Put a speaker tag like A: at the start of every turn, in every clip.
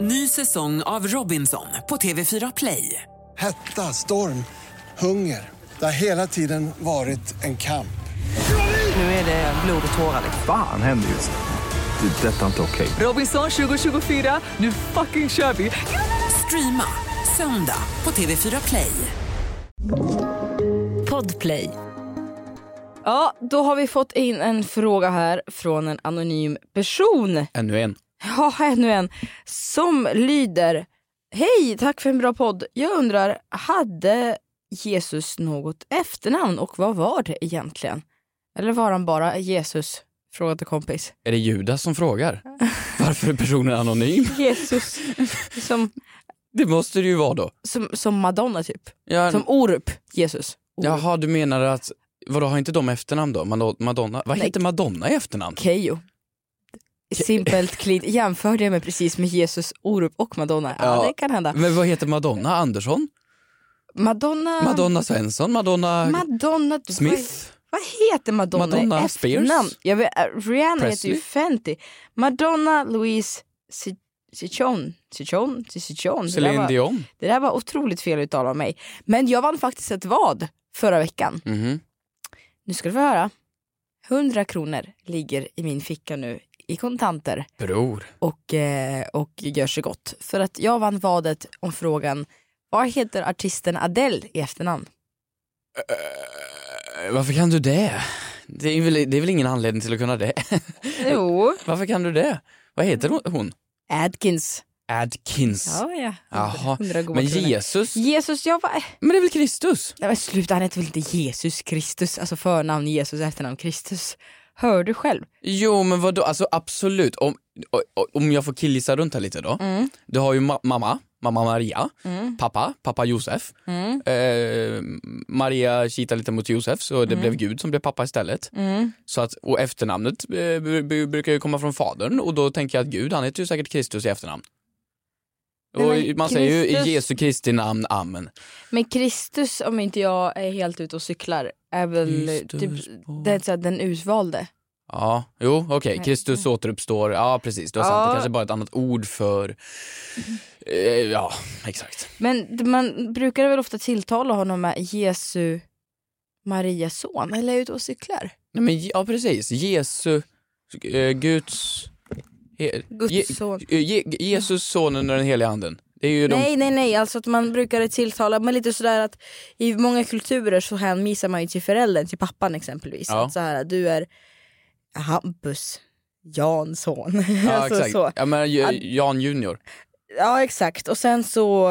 A: Ny säsong av Robinson på TV4 Play.
B: Hetta, storm, hunger. Det har hela tiden varit en kamp.
A: Nu är det blod och tårar. liksom.
C: Fan händer just nu. Det. är Detta är inte okej.
A: Robinson 2024, nu fucking kör vi! Streama söndag på TV4 Play.
D: Podplay. Ja, då har vi fått in en fråga här från en anonym person.
E: Ännu en.
D: Ja, ännu en. Som lyder. Hej, tack för en bra podd. Jag undrar, hade Jesus något efternamn och vad var det egentligen? Eller var han bara Jesus? Frågade kompis.
E: Är det Judas som frågar? Varför är personen anonym?
D: Jesus. Som,
E: Det måste det ju vara då.
D: som, som Madonna typ.
E: Ja,
D: Som Orup, Jesus. Orup.
E: Jaha, du menar att, vadå har inte de efternamn då? Mado- Madonna? Vad
D: Nej.
E: heter Madonna i efternamn?
D: Keyyo. Simpelt clean. Jämför det med precis med Jesus, Orup och Madonna. Ja,
E: Ja.
D: det kan hända.
E: Men vad heter Madonna Andersson?
D: Madonna...
E: Madonna Svensson? Madonna
D: Madonna
E: Smith?
D: Vad, vad heter Madonna?
E: Madonna
D: i efternamn?
E: Spears?
D: Jag vet, äh, Rihanna heter ju
E: Presley?
D: Fenty. Madonna Louise Si- Cichon. Cichon? Cichon? Det, där
E: Celine
D: var-
E: Dion?
D: det där var otroligt fel uttal av mig. Men jag vann faktiskt ett vad förra veckan.
E: Mhm.
D: Nu ska du få höra. 100 kronor ligger i min ficka nu i kontanter.
E: Bror.
D: och, eh, och gör sig gott. För att jag vann vadet om frågan vad heter artisten Adele i efternamn?
E: Eh, Varför kan du det? Det är, väl, det är väl ingen anledning till att kunna det?
D: Jo.
E: Varför kan du det? Vad heter hon- hon?
D: Adkins.
E: Adkins.
D: ja.
E: Jaha,
D: Hundra goda
E: men
D: kronor.
E: Jesus?
D: Jesus, jag var...
E: Men det är väl Kristus?
D: Nej men sluta, han heter väl inte Jesus Kristus? Alltså förnamn Jesus, efternamn Kristus. Hör du själv?
E: Jo men vadå, alltså absolut. Om, o- om jag får killgissa runt här lite då.
D: Mm.
E: Du har ju ma- mamma, mamma Maria, pappa, pappa Josef.
D: Mm.
E: Eh, Maria kitade lite mot Josef så
D: Mm.
E: det blev Gud som blev pappa istället. Så att, och efternamnet eh, b- b- brukar ju komma från fadern och då tänker jag att Gud han heter ju säkert Kristus i efternamn.
D: Nej,
E: Och
D: men
E: man säger ju
D: Kristus-
E: i Jesu Kristi namn, amen.
D: Men Kristus, om inte jag är helt ute och cyklar, är väl
E: Kristus
D: typ,
E: på-
D: det, är så här, den utvalde.
E: Ja, jo okej, Kristus återuppstår, ja precis, du har sant,
D: Mm. Ja.
E: det kanske bara är ett annat ord för, eh, ja exakt.
D: Men d- man brukar väl ofta tilltala honom med Jesu Marias son, eller är jag ute och cyklar?
E: Nej, men, ja precis, Jesu, eh, Guds, he,
D: Guds son.
E: eh, Je, Jesus sonen och den heliga anden. Det är ju de,
D: Nej nej nej, alltså att man brukar tilltala, men lite sådär att i många kulturer så hänvisar man ju till föräldern, till pappan exempelvis.
E: Ja.
D: Att så här, du är Hampus, Jansson.
E: ja,
D: alltså,
E: exakt.
D: Så.
E: Ja, men, J- Jan Junior.
D: ja exakt, och sen så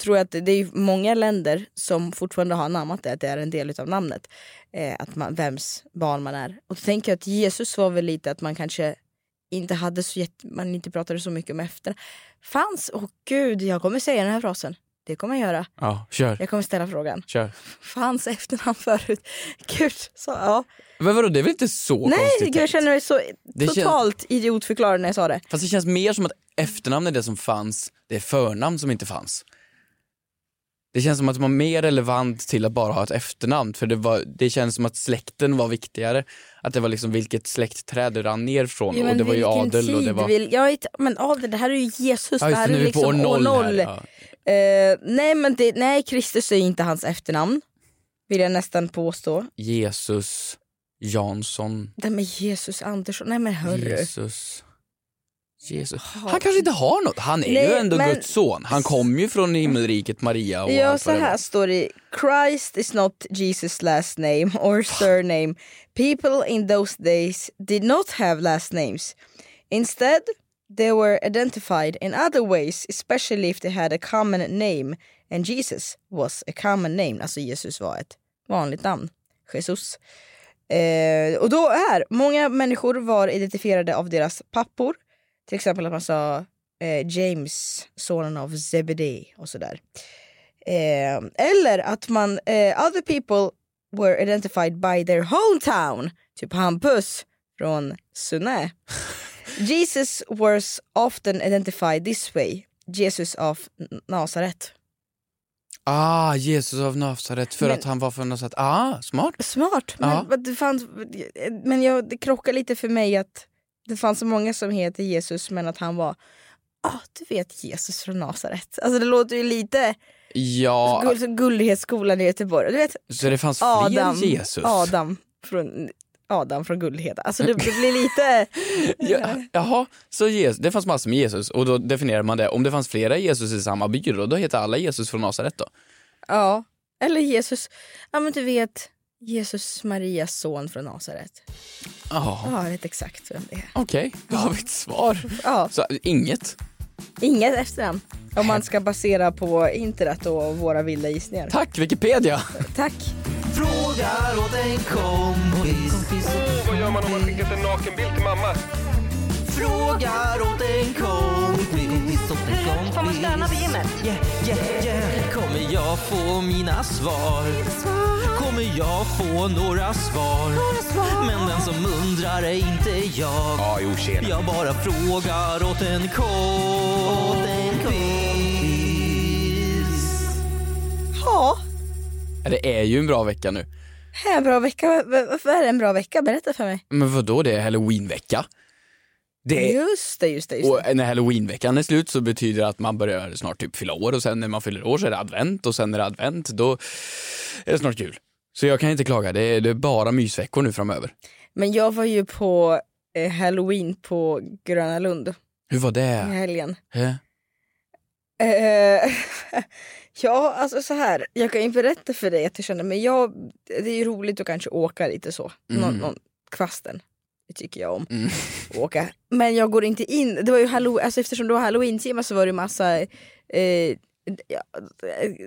D: tror jag att det det är ju många länder som fortfarande har anammat det, att det är en del utav namnet. Eh, att man, vems barn man är. Och då tänker jag att Jesus var väl lite att man kanske inte hade så jätte, man inte pratade så mycket om efter. Fanns, åh gud, jag kommer säga den här frasen. Det kommer jag göra.
E: Ja, kör.
D: Jag kommer ställa frågan.
E: Kör.
D: Fanns efternamn förut? Gud, så, ja.
E: Men vadå, det är väl inte så
D: Nej,
E: konstigt?
D: gud, jag
E: tänkt?
D: känner mig så
E: Det känns-
D: totalt idiotförklarad när jag sa det.
E: Fast det känns mer som att efternamn är det som fanns, det är förnamn som inte fanns. Det känns som att man är mer relevant till att bara ha ett efternamn för det, var, det känns som att släkten var viktigare. Att det var liksom vilket släktträd det rann ner från och det var ju
D: vilken
E: adel och det
D: tid
E: var...
D: Vill, ja, it- men adel, det här är ju Jesus,
E: Ja,
D: det
E: just
D: här
E: nu
D: är
E: är
D: ju
E: vi på
D: liksom
E: år noll här.
D: noll.
E: Ja.
D: Eh, nej, men det, nej, Kristus är inte hans efternamn. Vill jag nästan påstå.
E: Jesus, Jansson,
D: Det med Jesus Andersson, nej men hörru.
E: Jesus. Jesus. Han kanske inte har något, han är ju
D: Nej,
E: ändå
D: men-
E: Guds son. Han kom ju från himmelriket, Maria och
D: Ja,
E: allt
D: så
E: vad det var.
D: här står det. Christ is not Jesus last name or surname. People in those days did not have last names. Instead, they were identified in other ways, especially if they had a common name. And Jesus was a common name. Alltså Jesus var ett vanligt namn. Jesus. Eh, och då är många människor var identifierade av deras pappor. Till exempel att man sa eh, James, sonen av Zebedee och sådär. Eh, eller att man, eh, other people were identified by their hometown. Typ Hampus från Sunne. Jesus was often identified this way. Jesus of N- Nazaret.
E: Ah, Jesus av Nasaret för
D: Men-
E: att han var från Nasaret. Ah, smart.
D: Smart, men,
E: Ja.
D: vad det fanns, men jag, det krockar lite för mig att det fanns så många som heter Jesus men att han var ah, du vet Jesus från Nasaret. Alltså det låter ju lite
E: Ja,
D: gull, som Gullhetsskolan i Göteborg. Du vet
E: så det fanns
D: Adam,
E: fler Jesus?
D: Adam från Adam från Gullheda. Alltså det blir lite,
E: Ja, jaha, så Jesus, det fanns massor med Jesus och då definierar man det. Om det fanns flera Jesus i samma by då, då heter alla Jesus från Nasaret då.
D: ja. Eller Jesus, ja men du vet Jesus Marias son från Nasaret.
E: Ja,
D: Ja, jag vet exakt vem det är.
E: okej, då har vi ett svar.
D: Ja,
E: Så inget.
D: inget efter den. Om man ska basera på internet och våra vilda gissningar.
E: Tack Wikipedia!
D: Tack.
F: Mm, Får man stöna på gymmet?
G: Yeah, yeah, yeah. Kommer jag få mina svar? Kommer jag få några svar? Men den som undrar är inte jag. Jag bara frågar åt en kompis.
D: Ja,
E: Det är ju en bra vecka nu.
D: här är en bra vecka. Va- va- Varför är det en bra vecka? Berätta för mig.
E: Men vad då det är halloweenvecka? Det är,
D: Just det, just det. Just det.
E: och när halloweenveckan är slut så betyder det att man börjar snart typ fylla år och sen när man fyller år så är det advent och sen när det är advent då är det snart jul. Så jag kan inte klaga, det är, det är bara mysveckor nu framöver.
D: Men jag var ju på eh, halloween på Gröna Lund
E: Hur var
D: i
E: det?
D: helgen.
E: Eh,
D: Eh, ja, alltså så här. Jag kan ju berätta för dig att jag känner men jag, det är ju roligt att kanske åka lite så. Någon, någon, kvasten. Det tycker jag om.
E: Mm.
D: Åka. Men jag går inte in. Det var ju halloween, alltså eftersom det var halloween-tema så var det ju massa eh, ja,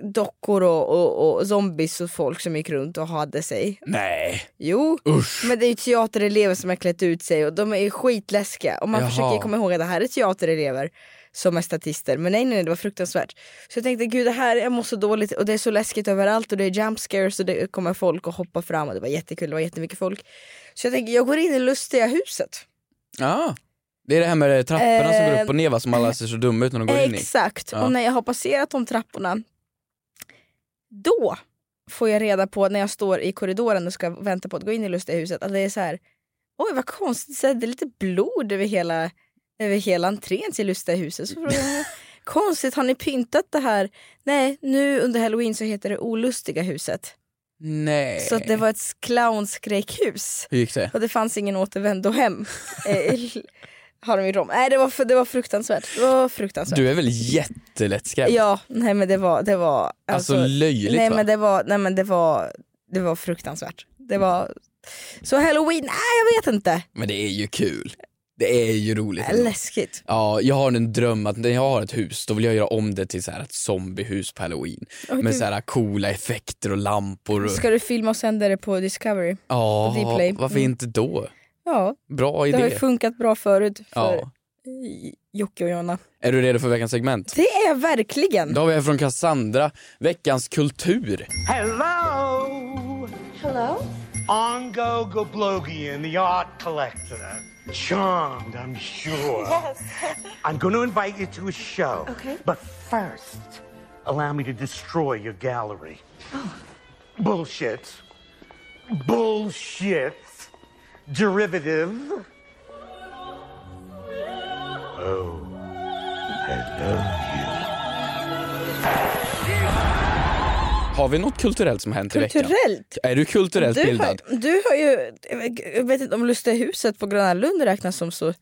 D: dockor och, och, och zombies och folk som gick runt och hade sig.
E: Nej,
D: Jo,
E: usch.
D: men det är ju teaterelever som har klätt ut sig och de är ju skitläskiga. Och man
E: Jaha.
D: försöker komma ihåg att det här är teaterelever som är statister. Men nej, nej, nej, det var fruktansvärt. Så jag tänkte, gud det här, jag mår så dåligt och det är så läskigt överallt och det är jump scares och det kommer folk och hoppa fram och det var jättekul, det var jättemycket folk. Så jag tänker, jag går in i lustiga huset.
E: Ja, det är det här med trapporna som går
D: Eh,
E: upp och ner va, som alla ser så dumma ut när de går in i.
D: Exakt,
E: Ja.
D: och när jag har passerat de trapporna, då får jag reda på när jag står i korridoren och ska vänta på att gå in i lustiga huset att det är så här, oj vad konstigt, så här, det är lite blod över hela, över hela entrén till lustiga huset. Så frågar jag, konstigt, har ni pyntat det här? Nej, nu under halloween så heter det olustiga huset.
E: Nej.
D: Så att det var ett clownskräckhus.
E: Hur gick det?
D: Och det fanns ingen återvändo hem. Eh, har de gjort om. Nej det var, det var fruktansvärt. Det var fruktansvärt.
E: Du är väl jättelättskrämd?
D: Ja, nej men det var, det var
E: Alltså, löjligt
D: nej,
E: va?
D: men det var, nej men det var, det var fruktansvärt. Det var, så halloween, nej jag vet inte.
E: Men det är ju kul. Det är ju roligt. ändå.
D: Läskigt.
E: Ja, jag har en dröm att när jag har ett hus då vill jag göra om det till så här ett zombiehus på halloween. Med så här coola effekter och lampor. Och...
D: Ska du filma och sända det på Discovery?
E: Ja,
D: på Dplay?
E: varför
D: Mm.
E: inte då?
D: Ja,
E: Bra
D: det har
E: idé.
D: ju funkat bra förut för
E: Ja.
D: Jocke och Jonna.
E: Är du redo för veckans segment?
D: Det är verkligen.
E: Då har vi här från Cassandra, veckans kultur.
H: Hello!
I: Hello?
H: Ongo Goblogian, the art collector. Charmed, I'm sure.
I: Yes.
H: I'm going to invite you to a show.
I: Okay.
H: But first, allow me to destroy your gallery.
I: Oh.
H: Bullshit. Bullshit. Derivative. Oh, hello, you.
E: Har vi något kulturellt som har hänt i veckan?
D: Kulturellt.
E: Är du kulturellt
D: Du har,
E: bildad?
D: du har ju, jag vet inte om Lustiga huset på Gröna Lund räknas som så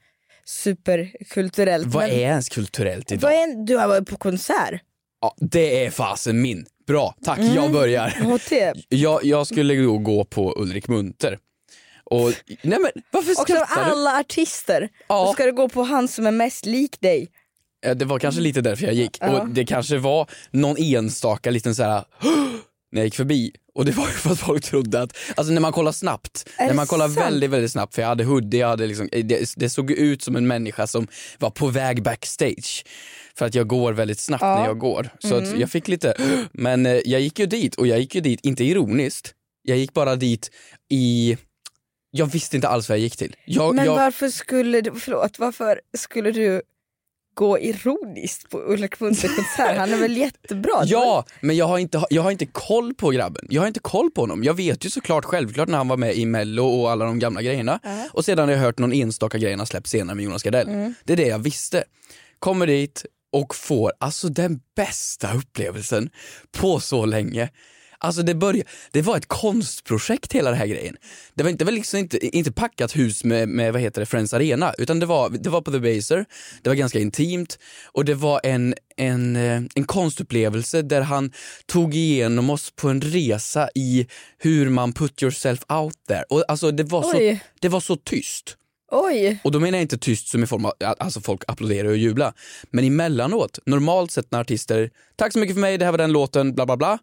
D: superkulturellt.
E: Vad
D: men-
E: är ens kulturellt idag?
D: Vad är en, du har varit på konsert.
E: Ja, det är fasen min. Bra, tack.
D: Mm.
E: Jag börjar.
D: HT.
E: Jag, jag skulle då gå på Ulrik Munter. Och, nej men varför
D: Och av
E: skrattar du?
D: alla artister
E: Ja.
D: så ska du gå på han som är mest lik dig.
E: Eh, Det var kanske lite därför jag gick.
D: Ja.
E: Och det kanske var någon enstaka liten så här när jag gick förbi. Och det var ju för att folk trodde att, alltså när man kollar snabbt,
D: Är
E: när
D: det
E: man kollar
D: sant?
E: väldigt väldigt snabbt, för jag hade hoodie, jag hade liksom, eh, det, det såg ut som en människa som var på väg backstage. För att jag går väldigt snabbt när jag går. Så att
D: Mm.
E: jag fick lite, men eh, jag gick ju dit och jag gick ju dit, inte ironiskt, jag gick bara dit i, jag visste inte alls vad jag gick till. Jag,
D: Men
E: jag,
D: varför skulle du, förlåt, varför skulle du gå ironiskt på Ulrik Munters konsert? Han är väl jättebra? Det var-
E: Ja, men jag har, inte, jag har inte koll på grabben. Jag har inte koll på honom. Jag vet ju såklart självklart när han var med i mello och alla de
D: Mm.
E: gamla grejerna. Och sedan har jag hört någon enstaka grej han har släppt senare med Jonas Gardell. Det är det jag visste. kommer dit och får alltså den bästa upplevelsen på så länge. Alltså det, började, det var ett konstprojekt hela den här grejen. Det var, inte, det var liksom inte, inte packat hus med, med vad heter det, Friends Arena utan det var, det var på The Baser, det var ganska intimt och det var en, en, eh, en konstupplevelse där han tog igenom oss på en resa i hur man put yourself out there. Och alltså det var, så,
D: Oj.
E: det var så tyst.
D: Oj!
E: Och då menar jag inte tyst som i form av, alltså folk applåderar och jublar. Men emellanåt, normalt sett när artister, tack så mycket för mig, det här var den låten, bla bla bla.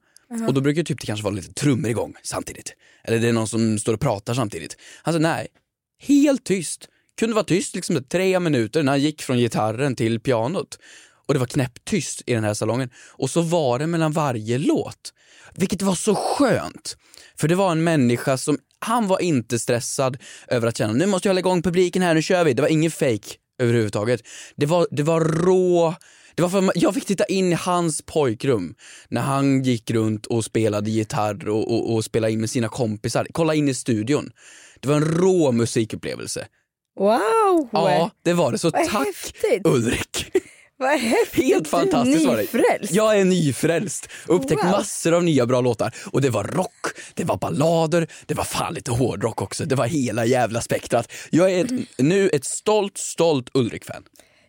E: Och då brukar typ det kanske vara lite trummor igång samtidigt. Eller det är någon som står och pratar samtidigt. Han sa nej, helt tyst. Kunde vara tyst liksom tre minuter när han gick från gitarren till pianot. Och det var knäpptyst i den här salongen. Och så var det mellan varje låt. Vilket var så skönt. För det var en människa som, han var inte stressad över att känna nu måste jag hålla igång publiken här, nu kör vi. Det var ingen fake överhuvudtaget. Det var, det var rå, det var för, jag fick titta in i hans pojkrum när han gick runt och spelade gitarr och, och, och spelade in med sina kompisar. Kolla in i studion. Det var en rå musikupplevelse.
D: Wow!
E: Ja, det var det. Så
D: Vad
E: tack
D: häftigt.
E: Ulrik.
D: Vad häftigt!
E: Helt fantastiskt var det.
D: Nyfrälst!
E: Jag är nyfrälst. Upptäckt
D: Wow.
E: massor av nya bra låtar. Och det var rock, det var ballader, det var fan lite hårdrock också. Det var hela jävla spektrat. Jag är ett, nu ett stolt, stolt Ulrik-fan.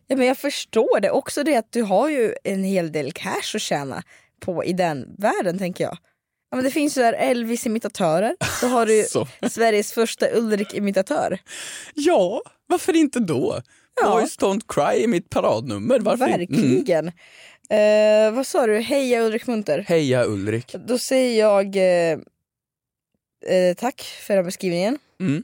D: Ja, men jag förstår det. Också det att du har ju en hel del cash att tjäna på i den världen tänker jag. Ja, men det finns ju där Elvis-imitatörer. Då har du ju
E: Så.
D: Sveriges första Ulrik-imitatör.
E: Ja, varför inte då?
D: Ja.
E: Boys Don't Cry är mitt paradnummer. Varför inte? Mm.
D: Verkligen. Eh, vad sa du? Heja Ulrik Munter.
E: Heja Ulrik.
D: Då säger jag eh, eh, tack för den här beskrivningen.
E: Mm.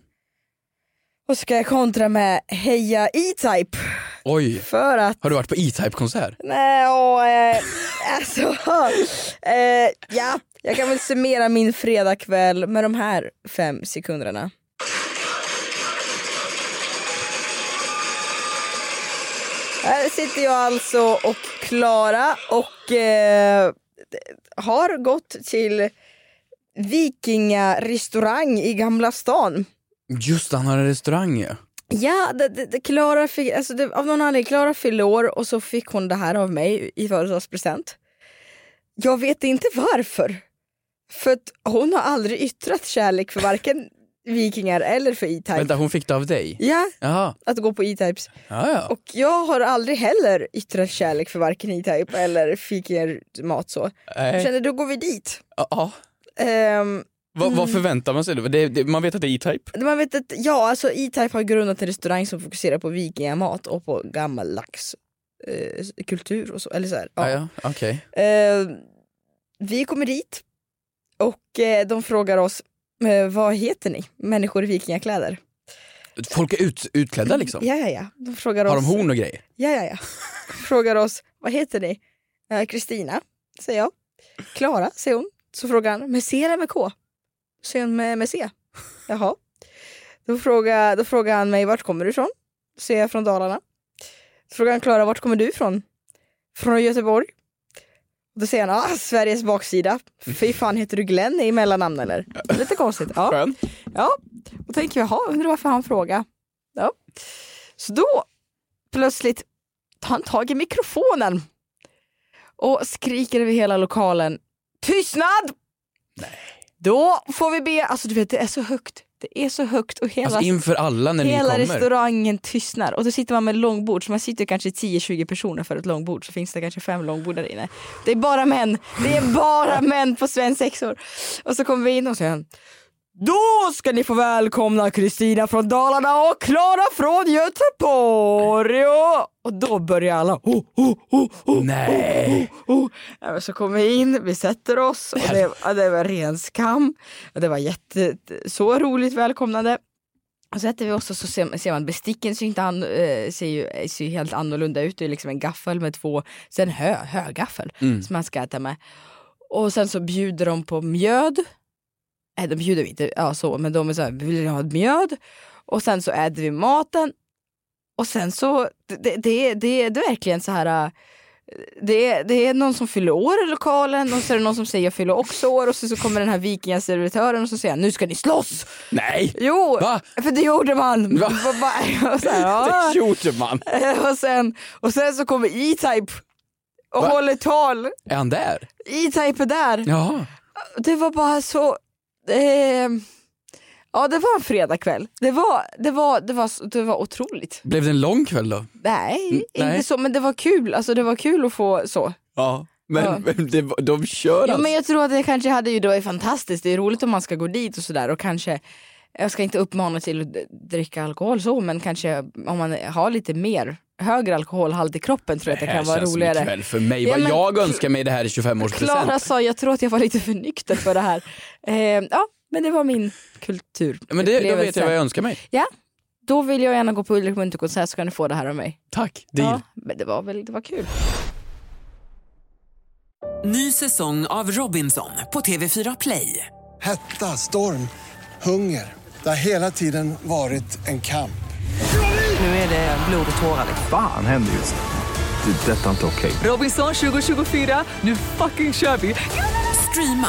D: Och så ska jag kontra med Heja E-Type.
E: Oj,
D: För att
E: har du varit på E-Type-konsert?
D: Nej, åh, eh, alltså, eh, ja, jag kan väl summera min fredagkväll med de här fem sekunderna. Här sitter jag alltså och Klara och eh, har gått till vikingarestaurang i Gamla stan.
E: Just det, han har en restaurang ju.
D: Ja, det, det, det, Clara fick, alltså det, av någon anledning, Klara fyllde år och så fick hon det här av mig i födelsedagspresent. Jag vet inte varför. För att hon har aldrig yttrat kärlek för varken vikingar eller för E-Type.
E: Vänta, hon fick det av dig?
D: Ja,
E: Jaha,
D: att gå på E-Types.
E: ja, ja.
D: Och jag har aldrig heller yttrat kärlek för varken E-Type eller vikingarmat så. Jag
E: Nej.
D: kände, då går vi dit.
E: Ja, ja.
D: Ehm,
E: Vad, vad förväntar man sig? då? Det, det, man vet att det är E-Type.
D: Man vet att, ja alltså E-Type har grundat en restaurang som fokuserar på vikingamat och på gammal lax eh, kultur och så, eller så här, ja.
E: Ja, ja, okej.
D: Eh, vi kommer dit och eh, de frågar oss eh, vad heter ni, människor i vikingakläder?
E: Folk är ut, utklädda liksom?
D: Mm, Ja ja ja, de frågar
E: Har
D: oss,
E: de horn och grejer?
D: ja ja ja, de frågar oss vad heter ni? Eh, Kristina, säger jag. Klara, säger hon. Så frågar han, med C eller med K? Säger hon med, med C. Jaha. Då frågar, då frågar han mig, vart kommer du ifrån? Säger jag från Dalarna. Då frågar han Klara, vart kommer du ifrån? Från Göteborg. Då säger han, ah, Sveriges baksida. Fy fan, heter du Glenn i mellannamn eller? Lite konstigt. Ja.
E: Skön.
D: ja. Då tänker jag, jaha, undrar varför han frågar. Ja. Så då plötsligt tar han tag i mikrofonen och skriker över hela lokalen. Tystnad! Då får vi be, alltså du vet det är så högt. Det är så högt och hela,
E: Alltså inför alla när ni
D: hela
E: kommer?
D: restaurangen tystnar. Och då sitter man med långbord, så man sitter kanske 10-20 personer för ett långbord. Så finns det kanske fem långbord där inne. Det är bara män, det är bara män på svensexor. Och så kommer vi in och säger då ska ni få välkomna Kristina från Dalarna och Klara från Göteborg. Och- Och då börjar alla. Oh, oh, oh, oh,
E: Nej.
D: Oh, oh. Ja, men Så kommer vi in, vi sätter oss och det, ja, det var ren skam. Ja, Det var jätte, så roligt välkomnande. Och sätter vi oss och så ser, ser man besticken ser, inte an, eh, ser, ju, ser ju helt annorlunda ut. Det är liksom en gaffel med två, sen hö, högaffel som man ska äta med. Och sen så bjuder de på mjöd. Nej de bjuder vi inte, ja så, men de är såhär, vill ni ha ett mjöd? Och sen så äter vi maten. Och sen så, det, det, det, det är verkligen så här det är, det är någon som fyller år i lokalen och så är det någon som säger jag fyller också år och så, så kommer den här vikingaservitören och så säger han, nu ska ni slåss!
E: Nej!
D: Jo!
E: Va?
D: För det gjorde man!
E: Va?
D: Va- va- och, så här, ja.
E: Det gjorde man!
D: och, sen, och sen så kommer E-Type och
E: Va?
D: håller tal.
E: Är han där?
D: E-Type är där.
E: Jaha.
D: Det var bara så... Eh, ja, det var en fredagkväll. Det var, det, var, det, var, så- det var otroligt.
E: Blev det en lång kväll då?
D: Nej,
E: Mm, nej.
D: inte så, men det var kul. Alltså, det var kul att få så.
E: Ja. Men,
D: Ja.
E: men det, var- de kör
D: Jo,
E: alltså.
D: men jag tror att det kanske hade ju, det var ju fantastiskt, det är roligt om man ska gå dit och sådär och kanske, jag ska inte uppmana till att d- dricka alkohol så, men kanske om man har lite mer, högre alkoholhalt i kroppen tror jag att det kan vara
E: känns som en
D: roligare.
E: kväll för mig.
D: Ja,
E: Vad
D: men
E: jag
D: Kl-
E: önskar mig det här i 25-årspresent.
D: Klara sa, jag tror att jag var lite för nykter för det här. eh, ja, men det var min kultur.
E: Men det, då vet jag vad jag önskar mig.
D: Ja, då vill jag gärna gå på Ulrik Munthe-konsert så kan du få det här av mig.
E: Tack,
D: Ja,
E: deal.
D: men det var väl, det var kul.
A: Ny säsong av Robinson på TV4 Play.
B: Hetta, storm, hunger. Det har hela tiden varit en kamp.
F: Nu är det blod och tårar.
A: liksom.
C: Fan händer just nu. Det. är Detta är inte okej.
A: Robinson 2024, nu fucking kör vi! Streama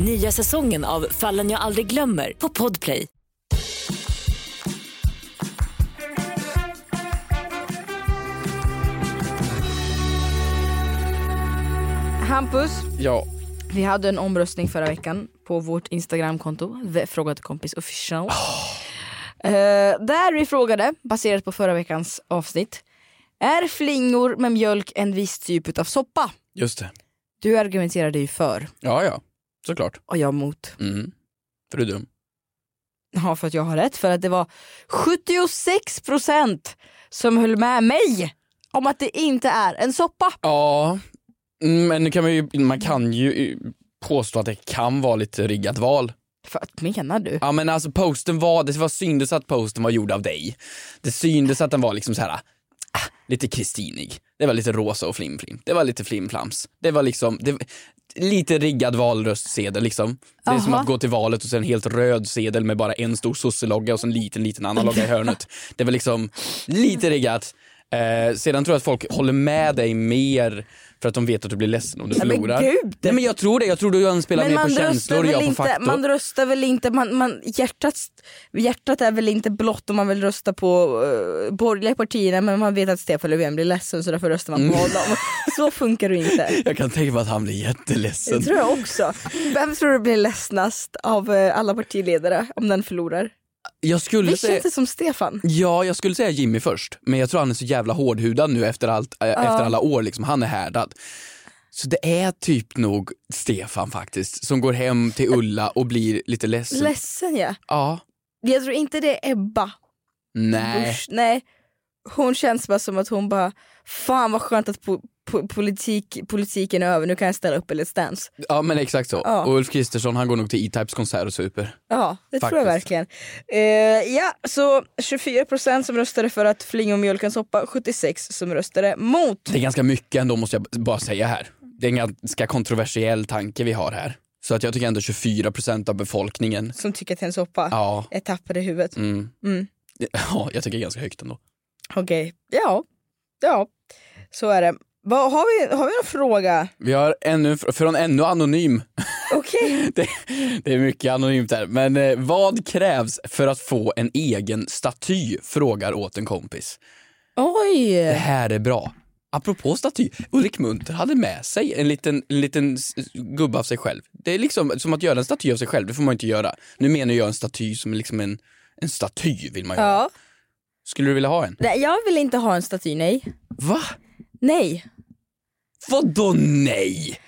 I: Nya säsongen av Fallen jag aldrig glömmer på Podplay.
D: Hampus,
E: Ja.
D: vi hade en omröstning förra veckan på vårt Instagramkonto, The Fråga till kompis official. Eh, där vi frågade, baserat på förra veckans avsnitt, är flingor med mjölk en viss typ av soppa?
E: Just det.
D: Du argumenterade ju för
E: Ja, ja. Såklart.
D: och jag mot.
E: Mm. För du är dum.
D: Ja, för att jag har rätt. För att det var 76% som höll med mig om att det inte är en soppa.
E: Ja, mm, men nu kan man, ju, man kan ju eh, påstå att det kan vara lite riggat val.
D: För att menar du?
E: Ja men alltså posten var, det var syndes att posten var gjord av dig. Det syndes att den var liksom så här ah, lite kristinig. Det var lite rosa och flimflim. Det var lite flimflams. Det var liksom, det, lite riggad valröstsedel liksom. Det är som
D: Aha.
E: att gå till valet och sen en helt röd sedel med bara en stor sosselogga och sen en liten, liten annan logga i hörnet. Det var liksom lite riggat. Eh, sedan tror jag att folk håller med dig mer för att de vet att du blir ledsen om du
D: men
E: förlorar.
D: gud!
E: Nej men jag tror det, jag tror du anspelar mer på känslor och
D: väl
E: jag på
D: inte,
E: faktor.
D: man röstar väl inte, man, man, hjärtat, hjärtat är väl inte blått om man vill rösta på uh, borgerliga partierna men man vet att Stefan Löfven blir ledsen så därför röstar
E: Mm.
D: man på honom. Så funkar det inte.
E: Jag kan tänka mig att han blir
D: Det
E: jätteledsen.
D: tror jag också. Vem tror du blir ledsnast av eh, alla partiledare om den förlorar?
E: Mm. Jag skulle
D: Vi
E: säga,
D: känns det som Stefan.
E: ja, jag skulle säga Jimmy först, men jag tror han är så jävla hårdhudad nu efter, allt, eh, efter alla år. Liksom. Han är härdad. Så det är typ nog Stefan faktiskt som går hem till Ulla och blir lite ledsen.
D: Ledsen ja.
E: ja,
D: Jag tror inte det är Ebba
E: nej.
D: Busch. Nej. Hon känns bara som att hon bara, fan vad skönt att po- po- politik, politiken är över, nu kan jag ställa upp i Let's Dance.
E: Ja men exakt så.
D: Ja.
E: Och Ulf Kristersson han går nog till E-Types konsert och super.
D: Ja, det tror jag
E: Faktiskt.
D: verkligen. Eh, ja, så 24% som röstade för att flingomjölken soppa, 76% som röstade mot.
E: Det är ganska mycket ändå måste jag b- bara säga här. Det är en ganska kontroversiell tanke vi har här. Så att jag tycker ändå 24% av befolkningen,
D: Som tycker att det är en soppa.
E: ja.
D: Jag tappade huvudet.
E: Mm.
D: Mm.
E: Ja, jag tycker ganska högt ändå.
D: Okej, ja. Ja, så är det. Vad, har, vi, har vi någon fråga?
E: Vi har ännu, från ännu anonym
D: Okej.
E: det, det är mycket anonymt här. Men eh, vad krävs för att få en egen staty? Frågar åt en kompis. Det
D: Oj!
E: här är bra. Apropå staty, Ulrik Munter hade med sig en liten, en liten s- gubbe av sig själv. Det är liksom som att göra en staty av sig själv, det får man inte göra. Nu menar jag en staty som är liksom en, en staty vill man ju ha.
D: Ja.
E: Skulle du vilja ha en?
D: Nej, jag vill inte ha en staty, nej.
E: Va?
D: Nej.
E: Vadå nej?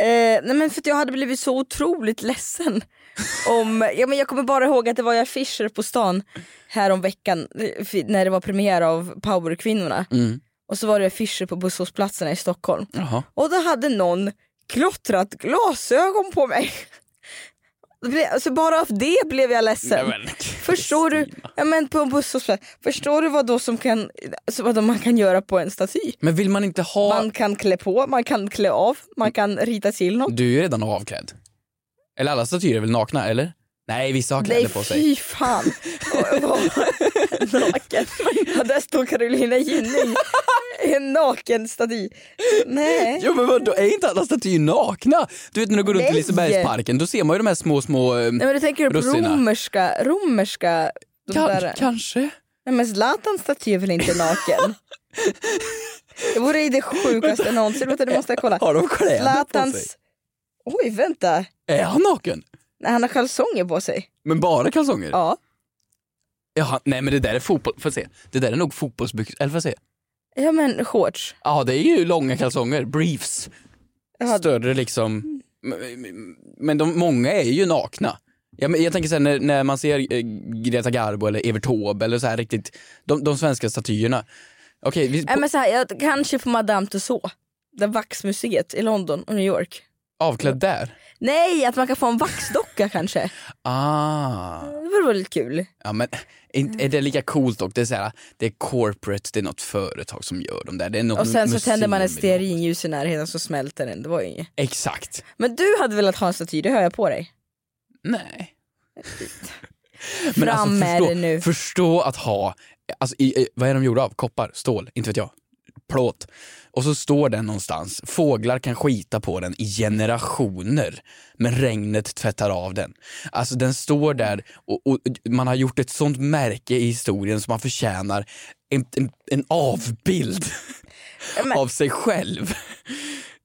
D: Eh, nej men för att jag hade blivit så otroligt ledsen. Om, ja, men jag kommer bara ihåg att det var jag Fischer på stan härom veckan eh, fi- när det var premiär av Powerkvinnorna.
E: Mm.
D: och så var det affischer på busshållplatserna i Stockholm.
E: Jaha.
D: Och då hade någon klottrat glasögon på mig. Det blev- Alltså bara av det blev jag ledsen.
E: Nej, men,
D: Förstår du? Ja, men på en busshållplats. Förstår du vad, då som kan, alltså vad man kan göra på en staty?
E: Men vill man inte ha...
D: Man kan klä på, man kan klä av, man kan rita till något.
E: Du är ju redan avklädd. Eller alla statyer är väl nakna, eller? Nej, vissa har kläder
D: Nej
E: på sig.
D: fy fan. Oj, vad- naken. Ja, där står Carolina Gynning. En naken staty. Nej.
E: Jo men vadå, är inte alla statyer nakna? Du vet när du går runt i
D: Nej.
E: Lisebergsparken, då ser man ju de här små, små eh,
D: Nej men du tänker du på
E: russina.
D: romerska, romerska de
E: Kan-
D: där.
E: Kanske.
D: Nej men Zlatans staty är väl inte naken? det vore ju det sjukaste någonsin. Vänta, det måste jag kolla.
E: Har de kläder på sig?
D: Zlatans... Oj vänta.
E: Är han naken?
D: Nej, han har kalsonger på sig.
E: Men bara kalsonger?
D: Ja.
E: Jaha, nej men det där är fotboll, får jag se. Det där är nog fotbollsbyxor, eller får jag se.
D: Ja men shorts.
E: Ja det är ju långa kalsonger, briefs. Större liksom. Men- Men de, många är ju nakna. Jag, jag tänker såhär när, när man ser eh, Greta Garbo eller Evert Taube eller så här riktigt, de, de svenska statyerna. Okej, vi-
D: Nej men så här, jag, kanske på Madame Tussauds. Det vaxmuseet i London och New York.
E: avklädd där?
D: Nej, att man kan få en vaxdocka kanske.
E: Ah.
D: Det vore väl kul.
E: Ja, men inte- är det lika coolt dock? Det är, så här, det är corporate, det är något företag som gör de där. Det är något
D: Och sen så
E: museum
D: tänder man ett
E: i-
D: stearinljus i närheten så smälter den. Det var ju inget.
E: Exakt.
D: Men du hade velat ha en staty, det hör jag på dig.
E: Nej.
D: Fram med
E: alltså, förstå,
D: det nu.
E: Förstå att ha, alltså, i, i, vad är de gjorda av? Koppar, stål, inte vet jag. Plåt. Och så står den någonstans. Fåglar kan skita på den i generationer. Men regnet tvättar av den. Alltså den står där och, och man har gjort ett sånt märke i historien som man förtjänar en, en, en avbild av sig själv.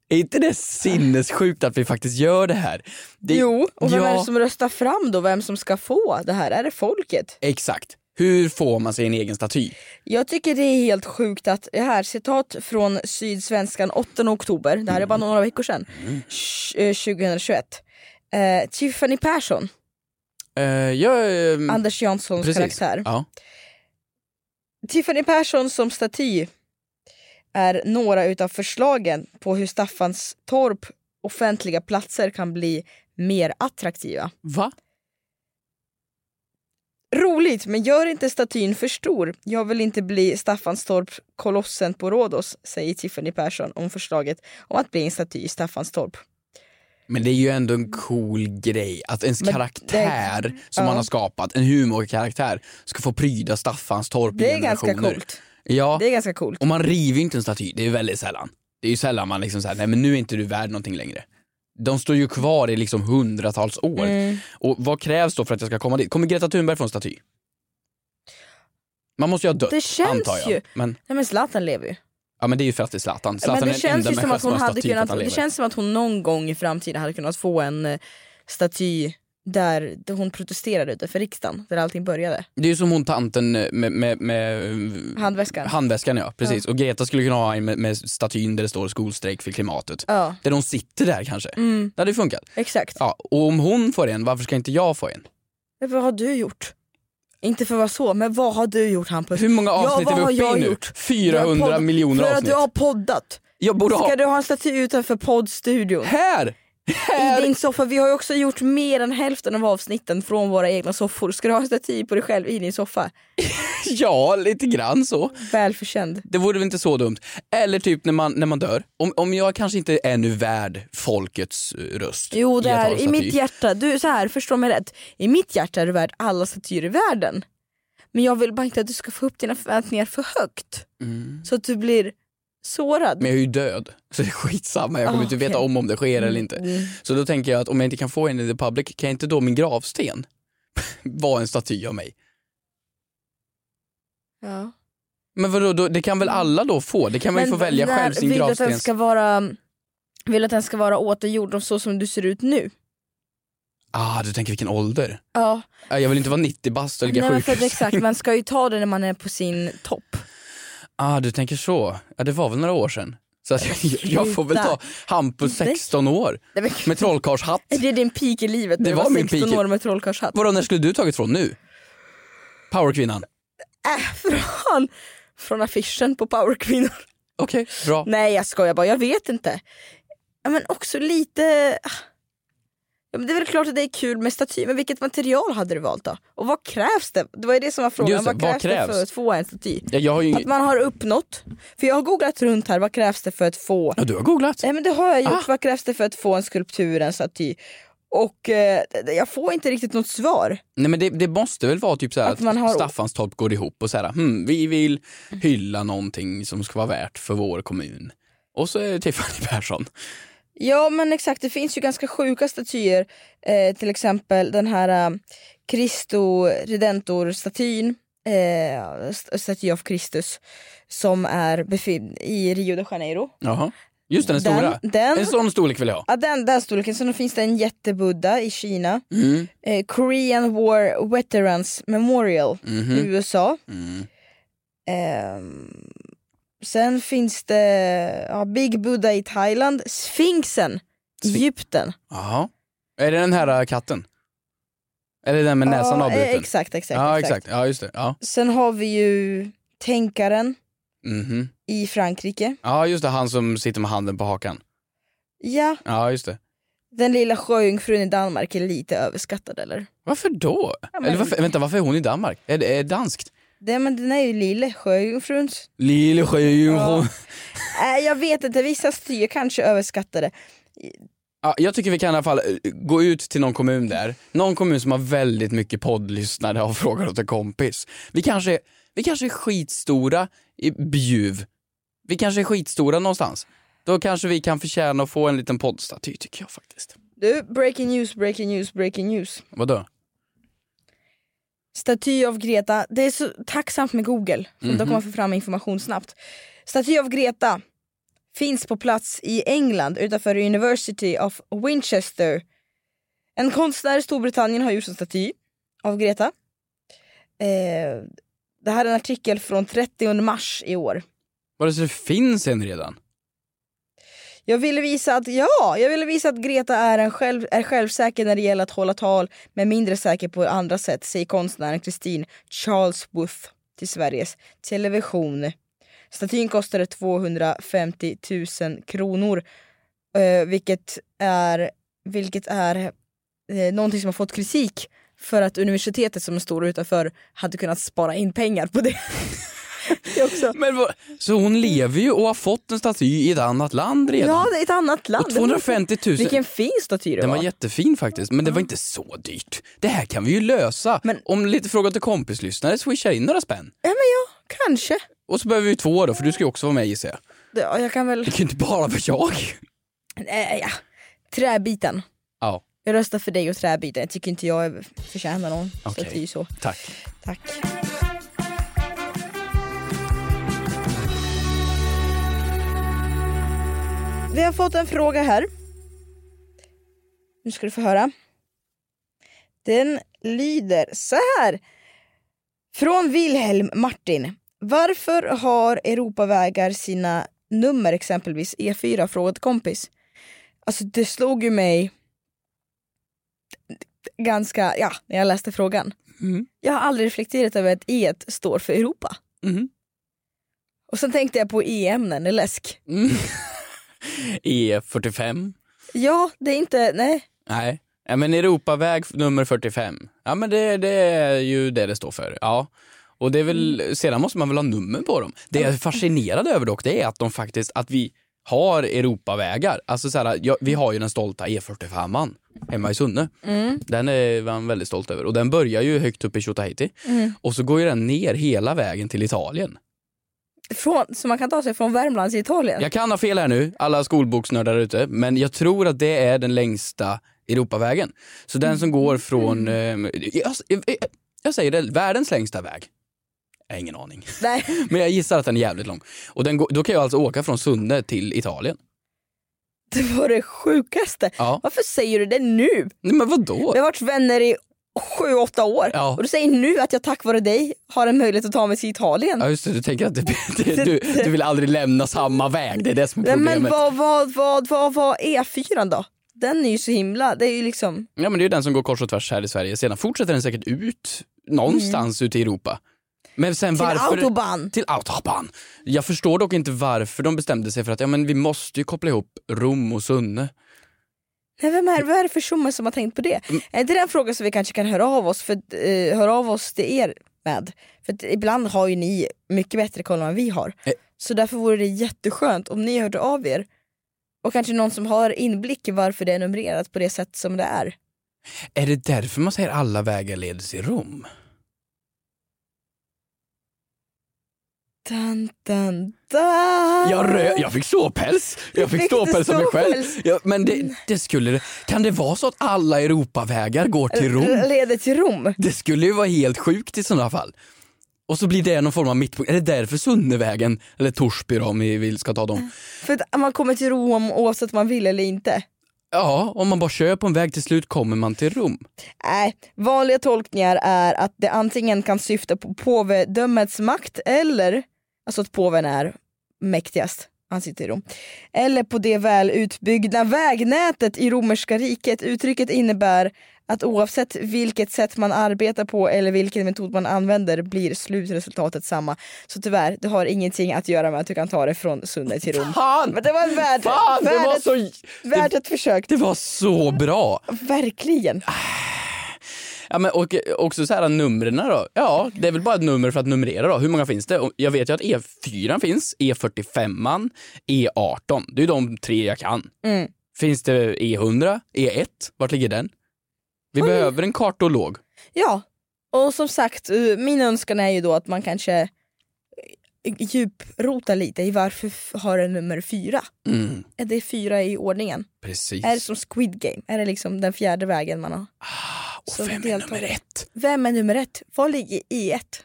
E: Är inte det sinnessjukt att vi faktiskt gör det här? Det,
D: Jo, och vem
E: Ja.
D: är det som röstar fram då? Vem som ska få det här? Är det folket?
E: Exakt. Hur får man sig en egen staty?
D: Jag tycker det är helt sjukt att, här citat från Sydsvenskan 8 oktober, det här är bara
E: Mm.
D: några veckor sedan, tj- eh, 2021. Eh, Tiffany Persson,
E: Eh, jag, ehm,
D: Anders Janssons karaktär.
E: Ja.
D: Tiffany Persson som staty är några utav förslagen på hur Staffanstorp offentliga platser kan bli mer attraktiva.
E: Va?
D: Roligt, men gör inte statyn för stor. Jag vill inte bli Staffanstorp-kolossen på Rhodos, säger Tiffany Persson om förslaget om att bli en staty i Staffanstorp.
E: Men det är ju ändå en cool grej att ens
D: Men
E: karaktär
D: det-
E: som
D: ja.
E: man har skapat, en humorkaraktär, ska få pryda Staffanstorp i
D: Det är ganska
E: generationer.
D: coolt.
E: Ja.
D: Det är ganska coolt.
E: Och man river ju inte en staty, det är väldigt sällan. Det är ju sällan man liksom säger nej men nu är inte du värd någonting längre. De står ju kvar i liksom hundratals år.
D: Mm.
E: Och vad krävs då för att jag ska komma dit? Kommer Greta Thunberg få en staty? Man måste ju ha dött,
D: Det känns
E: antar jag.
D: ju-
E: Men,
D: Nej men Zlatan lever ju.
E: ja, men det är ju för att det är Zlatan. Zlatan
D: men
E: är
D: det
E: den
D: känns
E: enda
D: ju som
E: människan
D: att hon
E: har en
D: hade
E: staty för
D: kunnat,
E: att han
D: det
E: lever.
D: känns som att hon någon gång i framtiden hade kunnat få en eh, staty där där hon protesterade utanför riksdagen, där allting började.
E: Det är ju som hon tanten med, med, med eh,
D: Handväskan.
E: handväskan ja, precis. Och Greta skulle kunna ha en med, med statyn där det står skolstrejk för klimatet.
D: Ja.
E: Där de sitter där kanske.
D: Mm.
E: Det hade ju funkat.
D: Exakt.
E: Ja, och om hon får en, varför ska inte jag få en?
D: Men Vad har du gjort? Inte för att vara så, men vad har du gjort Hampus?
E: Hur många avsnitt
D: vad
E: är
D: har
E: vi uppe
D: jag
E: i nu?
D: gjort? Du
E: 400
D: har podd-
E: miljoner
D: För att
E: avsnitt.
D: du har poddat.
E: Jag borde
D: Ska
E: ha...
D: du ha en staty utanför poddstudion?
E: Här!
D: I din soffa. Vi har ju också gjort mer än hälften av avsnitten från våra egna soffor. Ska du ha en staty på dig själv i din soffa?
E: Ja, lite grann så.
D: Välförtjänt.
E: Det vore väl inte så dumt. Eller typ när man, när man dör. Om, om jag kanske inte är nu värd folkets eh, röst.
D: Jo
E: i
D: det
E: att ha
D: är
E: en
D: i mitt
E: staty.
D: hjärta, du så här förstå mig rätt. I mitt hjärta är du värd alla statyer i världen. Men jag vill bara inte att du ska få upp dina förväntningar för högt. Så att du blir sårad.
E: Mm. Men jag är ju död, så det är skitsamma. Jag kommer
D: Ah,
E: inte veta
D: okej. Mm,
E: om om det sker eller inte. Så då tänker jag att om jag inte kan få en i the public, kan jag inte då min gravsten vara en staty av mig?
D: Ja.
E: Men vadå, då, det kan väl alla då få? Det kan man ju få välja
D: när-
E: själv sin
D: vill du att den
E: gravsten.
D: ska vara Vill du att den ska vara återgjord och så som du ser ut nu?
E: Ah, du tänker vilken ålder?
D: Ja.
E: Ah, Jag vill inte vara 90 bast och ligga
D: Nej, men för att,
E: sjukhus.
D: exakt, man ska ju ta det när man är på sin topp.
E: Ah, du tänker så. Ja, det var väl några år sedan. Så att jag, jag får väl
D: sluta.
E: ta Hampus 16 år
D: Nej, men-
E: med trollkarlshatt.
D: Är det din peak i livet?
E: Det
D: när du
E: var min
D: 16
E: peak.
D: år med trollkarlshatt.
E: Vadå, när skulle du tagit från nu? Powerkvinnan.
D: Äh, från, från affischen på Powerkvinnor.
E: Okej, bra.
D: Nej jag skojar bara, jag vet inte. Ja, Men också lite... ah. Ja, men det är väl klart att det är kul med staty, men vilket material hade du valt då? Och vad krävs det? Det var ju det som var frågan,
E: Just det,
D: vad, krävs det för att få en staty?
E: Ja, jag har ju
D: Att man har uppnått. För jag har googlat runt här, vad krävs det för att få...
E: Ja, du har googlat?
D: Nej men det har jag gjort. Vad krävs det för att få en skulptur, en staty? Och eh, jag får inte riktigt något svar.
E: Nej men det, det måste väl vara typ så här
D: Att
E: att,
D: man har-
E: Staffanstorp går ihop och så här, hmm, vi vill hylla någonting som ska vara värt för vår kommun. Och så är det Tiffany Persson.
D: Ja men exakt, det finns ju ganska sjuka statyer. Eh, till exempel den här eh, Christo Redentor-statyn. Eh, st- staty av Kristus. Som är befin- i Rio de Janeiro.
E: Jaha. Just den, den
D: Den-
E: stora.
D: den-
E: En sån storlek vill jag ha.
D: Ja, den, den storleken. Sen finns det en jättebudda i Kina.
E: Mm.
D: Eh, Korean War Veterans Memorial
E: Mhm.
D: i USA.
E: Mm.
D: Ehm, sen finns det ja, Big Buddha i Thailand, Sfinxen i Egypten.
E: Jaha. Är det den här äh, katten? Eller den med näsan
D: ja,
E: avbruten?
D: eh, Exakt, exakt.
E: Ja,
D: exakt.
E: exakt. Ja, just det. Ja.
D: Sen har vi ju Tänkaren
E: Mhm.
D: i Frankrike.
E: ja, just det. Han som sitter med handen på hakan.
D: Ja,
E: Ja, just det.
D: den lilla sjöjungfrun i Danmark är lite överskattad eller?
E: Varför då?
D: men-
E: Eller varför, vänta, varför är hon i Danmark? Är det är det danskt?
D: Det, men den är ju lille sjöjungfruns.
E: Lille ja.
D: Nej jag vet inte, vissa styr kanske överskattade.
E: Ja, jag tycker vi kan i alla fall eh, gå ut till någon kommun där. Någon kommun som har väldigt mycket poddlyssnare av Frågar åt en kompis. Vi kanske, vi kanske är skitstora i Bjuv. Vi kanske är skitstora någonstans. Då kanske vi kan förtjäna att få en liten poddstaty tycker jag faktiskt.
D: Du, breaking news, breaking news, breaking news.
E: Vadå?
D: Staty av Greta. Det är så tacksamt med Google, för då
E: Mhm.
D: kan man få fram information snabbt. Staty av Greta finns på plats i England utanför University of Winchester. En konstnär i Storbritannien har gjort en staty av Greta. Eh, det här är en artikel från 30 mars i år.
E: Vadå så det finns en redan?
D: Jag ville visa att, ja, jag ville visa att Greta är, en själv, är självsäker när det gäller att hålla tal men mindre säker på andra sätt, säger konstnären Christine Charles Booth till Sveriges Television. Statyn kostade 250 000 kronor, eh, vilket är, vilket är eh, någonting som har fått kritik för att universitetet som står utanför hade kunnat spara in pengar på det. det är också.
E: Men vad, så hon lever ju och har fått en staty i ett annat land redan?
D: Ja, det är ett annat land.
E: Och 250 000.
D: Vilken fin staty det
E: Den var jättefin faktiskt, men det var inte så dyrt. Det här kan vi ju lösa. Om lite fråga till kompislyssnare swishar in några spänn.
D: Ja men ja, kanske.
E: Och så behöver vi två då, för du ska ju också vara med gissar jag.
D: Det- Ja, jag kan väl...
E: Det kan ju inte bara vara jag.
D: Nej, ja. Träbiten.
E: Ja,
D: Jag röstar för dig och träbiten. Jag tycker inte jag är- förtjänar någon
E: Okej.
D: staty så.
E: tack.
D: Tack. Vi har fått en fråga här. Nu ska du få höra. Den lyder så här. Från Wilhelm Martin. Varför har Europavägar sina nummer, exempelvis E E4? Frågat kompis. Alltså det slog ju mig ganska, ja, när jag läste frågan.
E: Mm.
D: Jag har aldrig reflekterat över att E står för Europa.
E: Mhm.
D: Och sen tänkte jag på E-ämnen i läsk.
E: E E45?
D: Ja, det är inte, nej.
E: Nej. Ja, men Europaväg nummer 45. Ja men det, det är ju det det står för. Ja. Och det är väl, sedan måste man väl ha nummer på dem. Det jag är fascinerad över dock, det är att de faktiskt, att vi har Europavägar. Alltså så här, ja, vi har ju den stolta E45 hemma i Sunne.
D: Mm.
E: Den är man väldigt stolt över. Och den börjar ju högt upp i Tjotahejti. Och så går ju den ner hela vägen till Italien.
D: Från, så man kan ta sig från Värmland till Italien.
E: Jag kan ha fel här nu, alla skolboksnördar ute, men jag tror att det är den längsta Europavägen. Så den som går från,
D: Mm.
E: eh, jag, jag, jag säger det, världens längsta väg. Jag har ingen aning.
D: Nej.
E: Men jag gissar att den är jävligt lång. Och den går, då kan jag alltså åka från Sunne till Italien.
D: Det var det sjukaste.
E: Ja.
D: Varför säger du det nu?
E: Nej, men vadå?
D: Vi har varit vänner i sju, åtta år
E: Ja.
D: och du säger nu att jag tack vare dig har en möjlighet att ta mig till Italien.
E: Ja just det, du tänker att det, det, du, du vill aldrig lämna samma väg, det är det som är
D: Nej,
E: problemet.
D: men vad, vad, vad, vad, vad E4 då? Den är ju så himla, det är ju liksom
E: Ja men det är ju den som går kors och tvärs här i Sverige. Sedan fortsätter den säkert ut någonstans ute i Europa. Men sen
D: Mm. Till
E: varför,
D: Autobahn.
E: Till autobahn. Jag förstår dock inte varför de bestämde sig för att ja, men vi måste ju koppla ihop Rom och Sunne.
D: Nej, vem är, vad är det för tjomme som har tänkt på det?
E: Mm.
D: Är inte det en fråga som vi kanske kan höra av oss, för, eh, höra av oss till er med? För att ibland har ju ni mycket bättre koll än vad vi har.
E: Eh.
D: Så därför vore det jätteskönt om ni hörde av er. Och kanske någon som har inblick i varför det är numrerat på det sätt som det är.
E: Är det därför man säger alla vägar leder till Rom?
D: Dun, dun, dun.
E: Jag, rö- jag fick såpäls. Jag
D: Du
E: fick
D: fick det
E: ståpäls av mig själv.
D: såpäls.
E: Ja, men det, det skulle, kan det vara så att alla Europavägar går till Rom?
D: L- leder till Rom.
E: Det skulle ju vara helt sjukt i sådana fall. Och så blir det någon form av mittpunkt. Är det därför Sunnevägen, eller Torsby då, om vi vill ska ta dem.
D: För att man kommer till Rom oavsett om man vill eller inte.
E: Ja, om man bara kör på en väg till slut kommer man till Rom.
D: Nej, Äh, vanliga tolkningar är att det antingen kan syfta på påvedömets makt eller, alltså att påven är mäktigast, han sitter i Rom. Eller på det väl utbyggda vägnätet i romerska riket. Uttrycket innebär att oavsett vilket sätt man arbetar på eller vilken metod man använder blir slutresultatet samma. Så tyvärr, det har ingenting att göra med att du kan ta det från sundet till Rom.
E: Fan!
D: Men det var en värd,
E: Fan, det var
D: värdet-
E: så...
D: värt ett försök.
E: Det var så bra!
D: Verkligen.
E: Ja, men och, också så här numren då. Ja, det är väl bara ett nummer för att numrera då. Hur många finns det? Och Jag vet ju att E4 finns, E E45, E18. Det är ju de tre jag kan.
D: Mm.
E: Finns det E E100, E1? Vart ligger den? Vi behöver en kartolog.
D: Ja, och som sagt, eh, min önskan är ju då att man kanske eh, djuprotar lite i varför f- har den nummer fyra?
E: Mm,
D: Är det fyra i ordningen?
E: precis.
D: Är det som Squid Game? Är det liksom den fjärde vägen man har?
E: och
D: som
E: vem är
D: deltagare?
E: nummer ett?
D: Vem är nummer ett? Vad ligger i ett?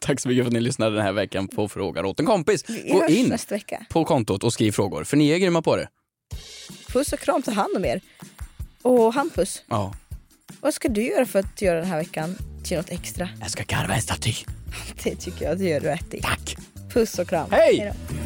E: Tack så mycket för att ni lyssnade den här veckan på Frågar åt en kompis.
D: Vi
E: Gå
D: hörs
E: in
D: nästa vecka.
E: på kontot och skriv frågor, för ni är grymma på det.
D: Puss och kram, ta hand om er. Och Hampus,
E: Ja.
D: vad ska du göra för att göra den här veckan till något extra?
E: Jag ska karva en staty.
D: Det tycker jag att du gör rätt i.
E: Tack!
D: Puss och kram.
E: Hej!
D: då.